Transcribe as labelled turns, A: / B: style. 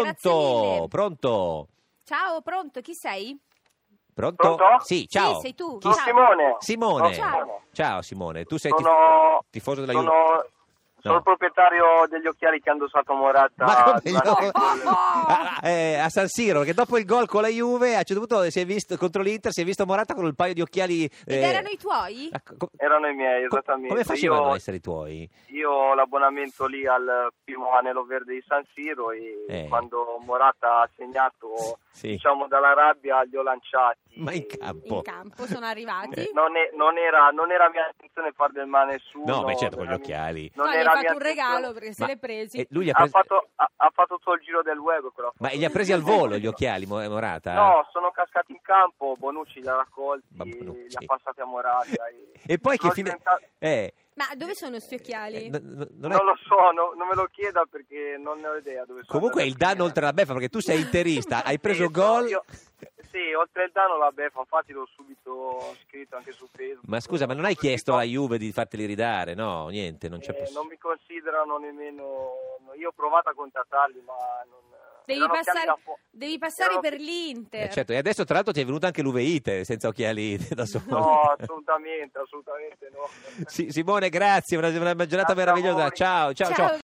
A: Pronto?
B: Pronto?
A: Pronto?
B: Ciao, pronto, chi sei?
A: Pronto?
C: Pronto?
A: Sì, ciao.
B: Sì, sei tu.
A: Chi
C: Sono
B: Ciao.
C: Simone.
B: Oh,
A: Simone.
C: Sono Simone.
A: Ciao Simone, tu sei
C: Sono,
A: tif- tifoso della
C: sono,
A: Juve.
C: sono
A: No.
C: il proprietario degli occhiali che hanno usato Morata.
A: Ma come
C: durante-
A: no?
C: oh!
A: a, eh, a San Siro, che dopo il gol con la Juve, a un certo punto si è visto contro l'Inter, si è visto Morata con un paio di occhiali.
B: Ed
A: eh,
B: erano i tuoi?
A: ah, co- co-
C: Erano i miei, esattamente.
A: Come facevano
C: io,
A: a essere i tuoi?
C: io ho l'abbonamento lì al primo anello verde di San Siro e
A: Eh.
C: quando Morata ha segnato,
A: Sì.
C: diciamo, dalla rabbia, li ho lanciati.
A: Ma in
C: E-
A: campo.
B: In campo sono arrivati.
A: Eh.
C: Non, è- non era, non era mia intenzione far del male a nessuno.
A: No, beh, certo, con gli
C: veramente.
A: occhiali.
C: Non
B: no, Cioè, gli hai
C: era
B: fatto
C: mia
B: un regalo
C: intenzione.
B: perché se
A: Ma-
B: l'è presi.
A: E lui li ha
C: Ha
A: presi,
C: fatto, ha, ha fatto tutto il giro del web quella
A: ma
C: foto.
A: li ha presi al volo gli occhiali, Mo- Morata?
C: No, sono cascati in campo, Bonucci li ha raccolti,
A: Eh. Ma Bonucci.
C: li ha passati a Morata. E,
A: E poi che
C: sono
A: fine...
C: diventa-
A: eh,
B: Ma dove sono sti occhiali?
A: eh, n- n- non è-
C: Non lo so, no- non me lo chieda perché non ne ho idea dove sono.
A: Comunque il danno oltre la beffa, perché tu sei interista, hai preso
C: Sì,
A: gol...
C: io- Sì, oltre il danno la beffa, infatti l'ho subito scritto anche su Facebook.
A: Ma scusa, ma non hai
C: Perché
A: chiesto
C: poi-
A: alla Juve di farteli ridare? No, niente, non c'è
C: Eh,
A: possibilità.
C: non mi considerano nemmeno. Io ho provato a contattarli, ma non.
B: Devi
C: erano occhiali
B: passare,
C: da fo-
B: devi passare
C: erano-
B: per l'Inter.
A: Eh, certo, e adesso tra l'altro ti è venuta anche l'uveite senza occhiali da solo.
C: No, assolutamente, assolutamente no.
A: Sì, Simone, grazie, una, una giornata
C: Grazie a
A: meravigliosa.
C: voi.
A: Ciao, ciao, ciao.
B: Ciao.